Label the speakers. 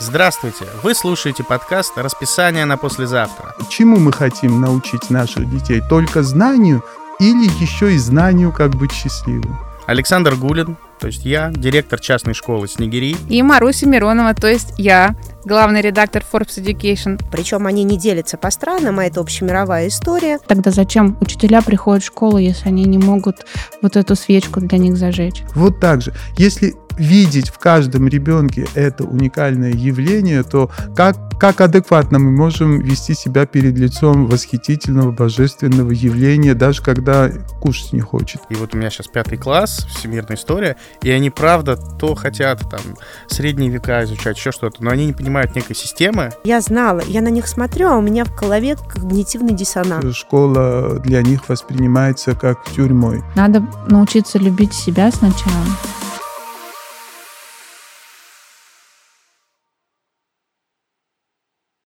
Speaker 1: Здравствуйте! Вы слушаете подкаст «Расписание на послезавтра».
Speaker 2: Чему мы хотим научить наших детей? Только знанию или еще и знанию, как быть счастливым?
Speaker 1: Александр Гулин, то есть я, директор частной школы «Снегири».
Speaker 3: И Маруся Миронова, то есть я, главный редактор Forbes Education.
Speaker 4: Причем они не делятся по странам, а это общемировая история.
Speaker 5: Тогда зачем учителя приходят в школу, если они не могут вот эту свечку для них зажечь?
Speaker 2: Вот так же. Если видеть в каждом ребенке это уникальное явление, то как, как адекватно мы можем вести себя перед лицом восхитительного, божественного явления, даже когда кушать не хочет?
Speaker 1: И вот у меня сейчас пятый класс, всемирная история, и они правда то хотят там средние века изучать, еще что-то, но они не понимают некой системы.
Speaker 4: Я знала, я на них смотрю, а у меня в голове когнитивный диссонанс.
Speaker 2: Школа для них воспринимается как тюрьмой.
Speaker 5: Надо научиться любить себя сначала.